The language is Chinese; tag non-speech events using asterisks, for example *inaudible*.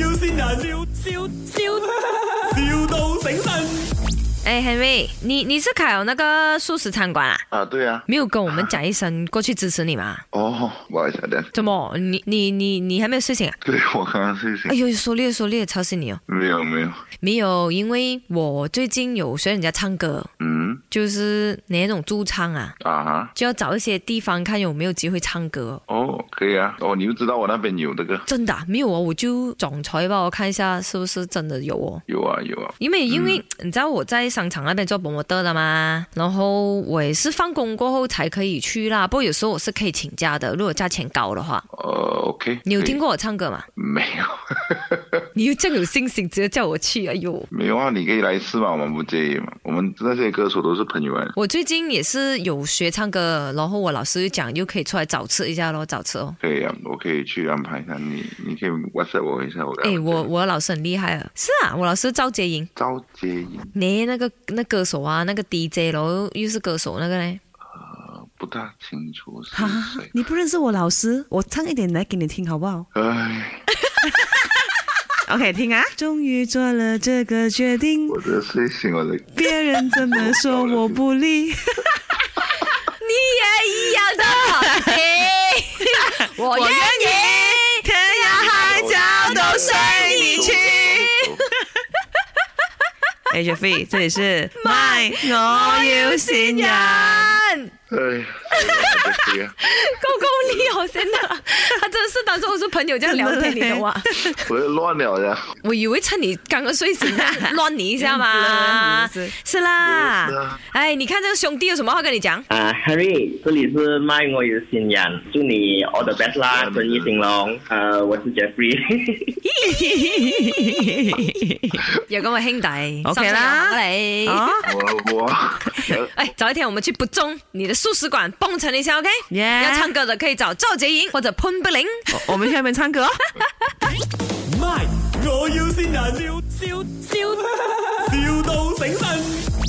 要先人，笑笑笑，,笑到醒神。哎，Henry，你你是开有那个素食餐馆啊？啊，对啊，没有跟我们讲一声过去支持你吗？哦，不好意思啊，等，怎么？你你你你还没有睡醒啊？对我刚刚睡醒哎，呦，说累说累，吵死你哦！没有没有，没有，因为我最近有学人家唱歌，嗯，就是那种驻唱啊，啊哈，就要找一些地方看有没有机会唱歌。哦，可以啊，哦，你又知道我那边有这个，真的啊、没有哦，我就总裁吧，我看一下是不是真的有哦。有啊有啊，因为因为、你知道我在商场那边做 p r o 的嘛，然后我也是放工过后才可以去啦。不过有时候我是可以请假的，如果价钱高的话。呃，OK，你有可以听？过我唱歌吗？没有你又这样有信心，直接叫我去，哎呦！没有啊，你可以来一次嘛，我们不介意嘛，我们那些歌手都是朋友啊，我最近也是有学唱歌，然后我老师就讲，又可以出来早吃一下咯，早吃哦。可以啊，我可以去安排一下你，你可以 WhatsApp 我一下，我跟哎，他们我讲我的老师很厉害啊！是啊，我老师赵洁莹，赵杰颖你那个那歌手啊，那个 DJ，然后又是歌手那个嘞，不大清楚是哈，谁，啊你不认识我老师，我唱一点来给你听好不好哎， ？OK，听啊。终于做了这个决定，我的睡醒我的，别人怎么说我不理。你也一样的好听，我愿意。 *laughs* 天涯海角都随你去。哎，Jeffy，这里是 My，我要新啊人。人，哎呀，对呀、够够力哦，真的， *laughs* 他真的是当做我是朋友这样聊天，你懂吗？我又乱了呀。我以为趁你刚刚睡醒 *laughs* 乱你一下嘛，是是啦是嗯啊，哎，你看这个兄弟有什么话跟你讲？啊，Harry，这里是卖我有新人，祝你 all the best 啦，生意兴隆。呃，我是 Jeffrey。有咁嘅兄弟 OK 啦收你哦，我我哎，早一天我们去不中你的素食馆蹦蹭一下，OK？ Yeah 要唱歌的可以找赵杰莹或者潘碧玲。我我们去那边唱歌哦。 My，我要先人，笑笑笑，,笑到醒神。